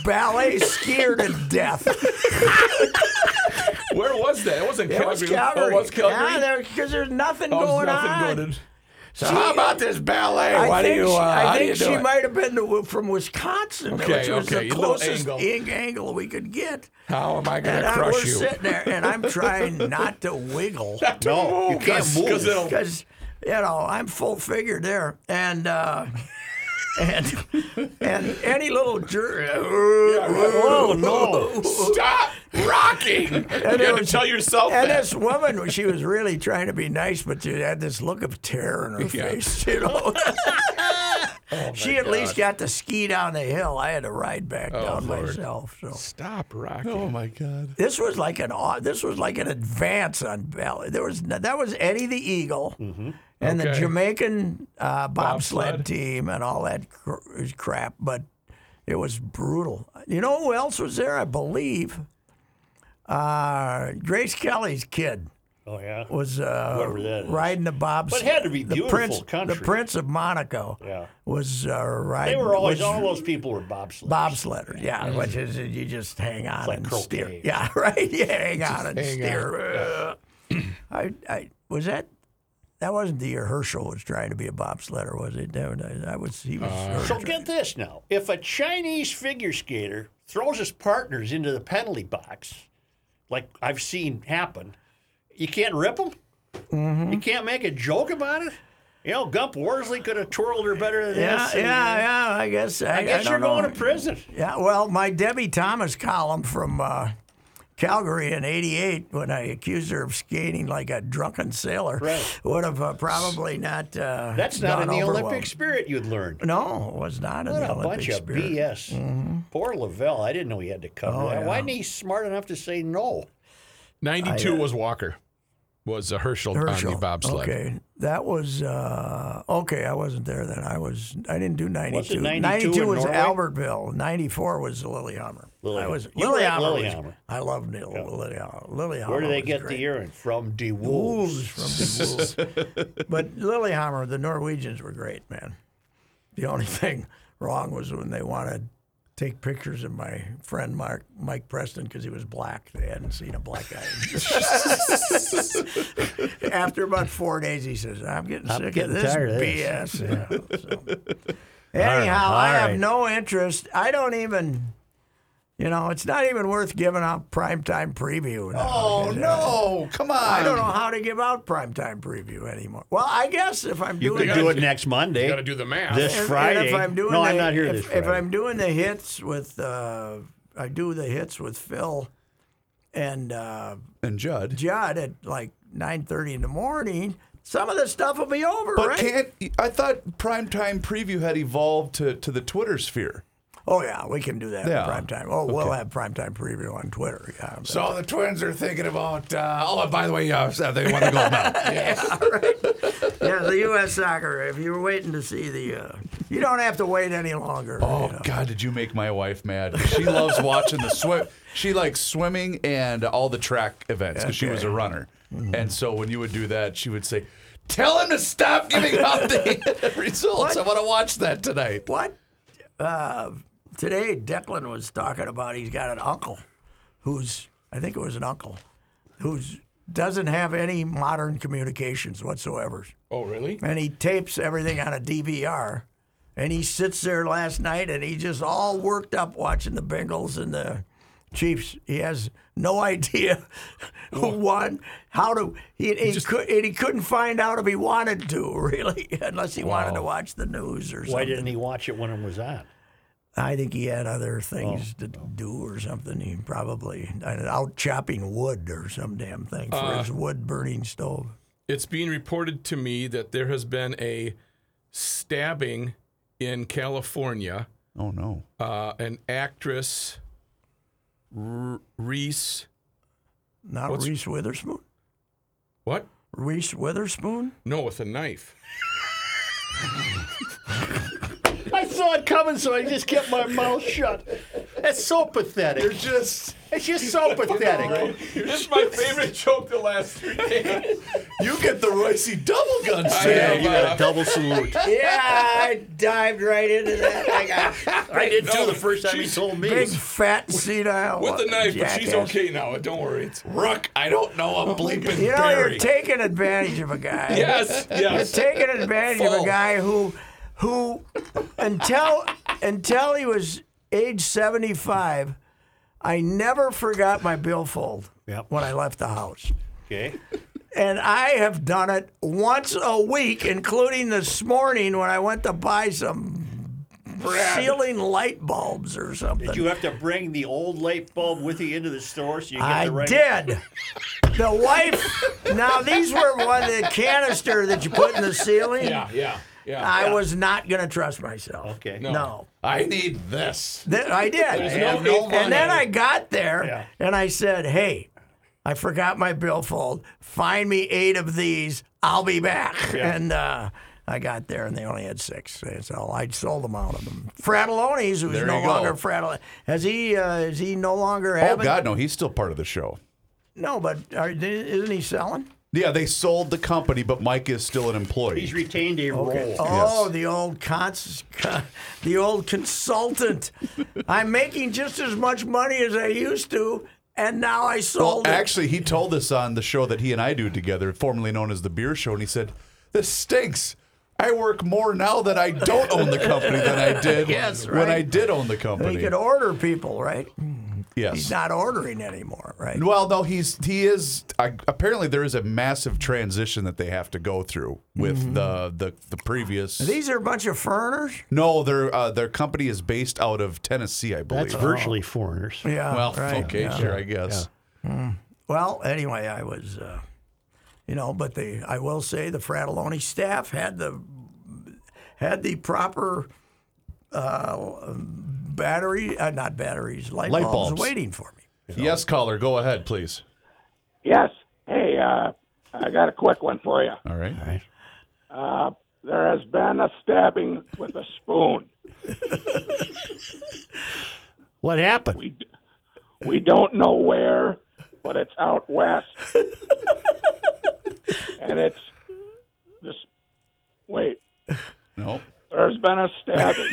S2: ballet skier to death.
S5: where was that? It wasn't
S2: It
S5: Calgary.
S2: was Calgary.
S5: Oh, it was Calgary.
S2: because there's nothing
S5: Oh, there's
S2: going
S5: nothing
S2: on.
S5: going in.
S2: So
S3: How about this ballet?
S2: I
S3: Why do
S2: think,
S3: you?
S2: she-
S3: Uh,
S2: I
S3: how do
S2: think
S3: you do
S2: she
S3: it?
S2: might have been to, from Wisconsin,
S5: Okay,
S2: which was
S5: okay,
S2: the
S5: a little
S2: closest
S5: angle.
S2: ing- angle we could get.
S5: How am I going
S2: And
S5: to
S2: I, we're
S5: crush you?
S2: sitting there, and I'm trying not to wiggle.
S6: No, you can't move.
S5: Because it'll
S1: Oh
S2: because you know I'm full figured there, and uh, and and any little jerk. oh no!
S5: stop rocking. you had
S2: it
S5: to
S2: was-
S5: tell yourself
S2: And
S5: that.
S2: this woman, she was really trying to be nice, but she had this look of terror in her
S5: Yeah. Oh,
S2: face. You know. she at least got to ski down the hill. I had to ride back
S5: Oh,
S2: down myself. So
S5: Stop rocking.
S1: Oh my God!
S2: this was like an au- this was like an advance on ballet. There was no, that was Eddie the Eagle and the
S5: Mm-hmm. Okay.
S2: Jamaican uh, bobsled,
S5: Bobsled.
S2: team and all that cr- crap, but it was brutal. You know who else was there? I believe uh, Grace Kelly's kid
S6: Oh yeah.
S2: was uh,
S6: Whoever that is.
S2: riding the bobsled.
S6: But it had to be
S2: the
S6: beautiful
S2: prince,
S6: country.
S2: the Prince of Monaco
S6: Yeah.
S2: was uh, riding.
S6: They were always
S2: was
S6: all those people were bobsled.
S2: bobsledder, yeah, which is you just hang on
S6: like
S2: and
S6: croquet.
S2: steer. Yeah, right. You hang on and steer. I, I was that. That wasn't the year Herschel was trying to be a bobsledder, was it? That was- I was. He was.
S6: Uh, So get this now: if a Chinese figure skater throws his partners into the penalty box, like I've seen happen, you can't rip them.
S2: Mm-hmm.
S6: You can't make a joke about it. You know, Gump Worsley could have twirled her better than
S2: yeah,
S6: this.
S2: yeah,
S6: and-
S2: yeah. I guess. I,
S6: I guess
S2: I
S6: you're
S2: don't know.
S6: going to prison.
S2: Yeah, well, my Debbie Thomas column from uh, Calgary in '88, when I accused her of skating like a drunken sailor,
S6: Right.
S2: would have uh, probably not. Uh,
S6: That's not in
S2: gone
S6: the
S2: over
S6: Olympic
S2: well.
S6: spirit you'd learned.
S2: No, it was not in
S6: What
S2: the
S6: a
S2: Olympic
S6: bunch of
S2: spirit. Mm-hmm. Oh,
S6: BS. Poor Lavelle. I didn't know he had to cover that. Why isn't he smart enough to say no?
S5: 92 was Walker. Was uh, Herschel, on the bobsled.
S2: Okay, that was uh, okay. I wasn't there then. I was. I didn't do ninety
S6: Was
S2: two.
S6: it 92 in
S2: was
S6: Norway?
S2: Albertville. Ninety four was Lillehammer. I
S6: Lillehammer.
S2: was
S6: You were at
S2: Lillehammer. was-
S6: Lillehammer.
S2: I love Neil Lillehammer. Lillehammer.
S6: Where do they
S2: was
S6: get
S2: Oh, great.
S6: the urine? From De
S2: Wolves
S6: Wolves.
S2: from the wolves. but Lillehammer, the Norwegians were great, man. The only thing wrong was when they wanted. to Take pictures of my friend Mark Mike Preston because he was black. They hadn't seen a black guy. After about four days, he says, "I'm getting sick
S6: getting
S2: of this
S6: tired of
S2: BS."
S6: this.
S2: Yeah, so. Anyhow,
S6: all
S2: I have
S6: right.
S2: no interest. I don't even, you know, it's not even worth giving out primetime preview. Now.
S1: Oh
S2: It's, uh,
S1: no! Come on!
S2: I
S6: Um,
S2: don't know how to give out primetime preview anymore. Well, I guess if I'm doing
S6: We
S5: could
S2: the-
S6: do it next Monday.
S5: Got to do the math.
S6: This
S2: and- and
S6: Friday.
S2: if I'm doing
S6: no,
S2: the,
S6: I'm not here
S2: if,
S6: this
S2: if
S6: Friday.
S2: I'm doing the hits with, uh, I do the hits with Phil and uh,
S1: And Judd,
S2: Judd at like nine thirty in the morning. Some of the stuff will be over,
S1: but
S2: right?
S1: can't I thought primetime preview had evolved to to the Twitter sphere?
S2: oh yeah, we can do that
S1: Yeah.
S2: in primetime. Oh, we'll have primetime preview on Twitter. Yeah.
S1: So the twins are thinking about. Uh, oh, by the way, uh, they won the gold medal.
S2: yeah, the U.S. soccer. If you're waiting to see the, uh, you don't have to wait any longer.
S1: Oh God, did you make my wife mad? She loves watching the swim. She likes swimming and all the track events because she was a runner. And so when you would do that, she would say, "Tell him to stop giving out the results. I want to watch that tonight."
S2: What? Uh, today, Declan was talking about he's got an uncle who's, I think it was an uncle, who's doesn't have any modern communications whatsoever.
S5: oh, really?
S2: And he tapes everything on a DVR. And he sits there last night and he just all worked up watching the Bengals and the Chiefs. He has no idea who won, how to, he, he, could, and he couldn't find out if he wanted to, really, unless he wanted to watch the news or something.
S6: Why didn't he watch it when it was on?
S2: I think he had other things to do or something. He probably out chopping wood or some damn thing for his wood burning stove.
S5: it's being reported to me that there has been a stabbing in California.
S1: Oh no.
S5: Uh, an actress, R- Reese.
S2: Not Reese Witherspoon.
S5: What?
S2: Reese Witherspoon.
S5: No, with a knife.
S6: I saw it coming, so I just kept my mouth shut. That's so pathetic. You're just. It's just so pathetic.
S5: This is my favorite joke the last three days.
S1: You get the Roycey double gun
S5: Yeah,
S1: sale.
S5: you got a
S3: double salute.
S2: Yeah, I dived right into that. Like a
S6: I did too
S5: No,
S6: the first time he
S5: she's-
S6: told me.
S2: big fat senile.
S5: With a knife, but she's
S2: jackass.
S5: okay now. uh, Don't worry. It's-
S1: Ruck, I don't know a bleeping
S2: You know,
S1: berry.
S2: you're taking advantage of a guy.
S5: Yes, yes.
S2: You're taking advantage of
S5: Full.
S2: a guy who, who, until until he was age 75, I never forgot my billfold
S3: Yep.
S2: when I left the house.
S3: Okay.
S2: And I have done it once a week, including this morning when I went to buy some ceiling light bulbs or something.
S6: Did you have to bring the old light bulb with you into the store so you get
S2: I
S6: the right?
S2: did. The wife. Now these were one the canister that you put in the ceiling.
S5: Yeah, yeah, yeah.
S2: I was not going to trust myself.
S6: Okay.
S2: No.
S1: I need this.
S2: Th- I did.
S5: no
S2: And,
S5: big money.
S2: and then I got there
S6: Yeah.
S2: and I said, "Hey, I forgot my billfold. Find me eight of these. I'll be back." And uh, I got there and they only had six, so I sold them out of them. Fratelloni's, who's
S1: There
S2: no
S1: you go.
S2: longer Fratelloni, has he? Uh, is he no longer?
S1: Oh
S2: having-
S1: God, no, he's still part of the show.
S2: No, but are, isn't he selling?
S1: Yeah, they sold the company, but Mike is still an employee.
S6: He's retained a role.
S2: Oh, the old cons- the old consultant. I'm making just as much money as I used to, and now I
S1: Well,
S2: sold it.
S1: Oh, actually, he told us on the show that he and I do together, formerly known as the Beer Show, and he said, "This stinks. I work more now that I don't own the company than I did
S2: Yes,
S1: when
S2: right.
S1: I did own the
S2: he
S1: company."
S2: could order people, right?
S1: yes.
S2: He's not ordering anymore, right?
S1: well, no, he's he is. I, apparently, there is a massive transition that they have to go through with the, the the previous.
S2: These Mm-hmm. are a bunch of foreigners.
S1: no, their uh, their company is based out of Tennessee, I believe.
S3: That's virtually foreigners.
S2: Yeah.
S1: well,
S2: right,
S1: okay,
S2: yeah.
S1: sure, I guess.
S2: Well, anyway, I was, uh, you know, but the I will say the Fratelloni staff had the had the proper uh, battery, uh, not batteries, light,
S1: Light
S2: bulbs,
S1: bulbs.
S2: waiting for me.
S1: Yes, caller, go ahead, please.
S7: Yes. Hey, uh, I got a quick one for you.
S1: All right.
S7: There has been a stabbing with a spoon.
S3: What happened?
S7: We don't know where, but it's out west. and it's this. Wait,
S1: No.
S7: there's been a stabbing.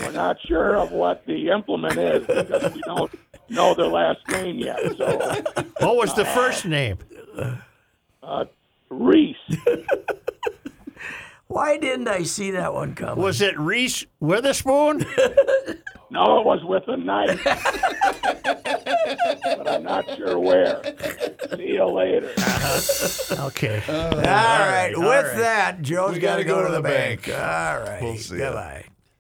S7: We're not sure of what the implement is because we don't know their last name yet. So,
S3: What was the first name?
S7: Reese,
S2: Why didn't I see that one coming?
S3: Was it Reese Witherspoon?
S7: no, it was with a knife. but I'm not sure where. See you later.
S3: Okay.
S2: All right. With that, Joe's
S1: We
S2: got
S1: gotta
S2: to
S1: go
S2: go,
S1: to
S2: to
S1: the
S2: the bank.
S1: bank.
S2: All right.
S1: We'll see ya.
S2: Goodbye.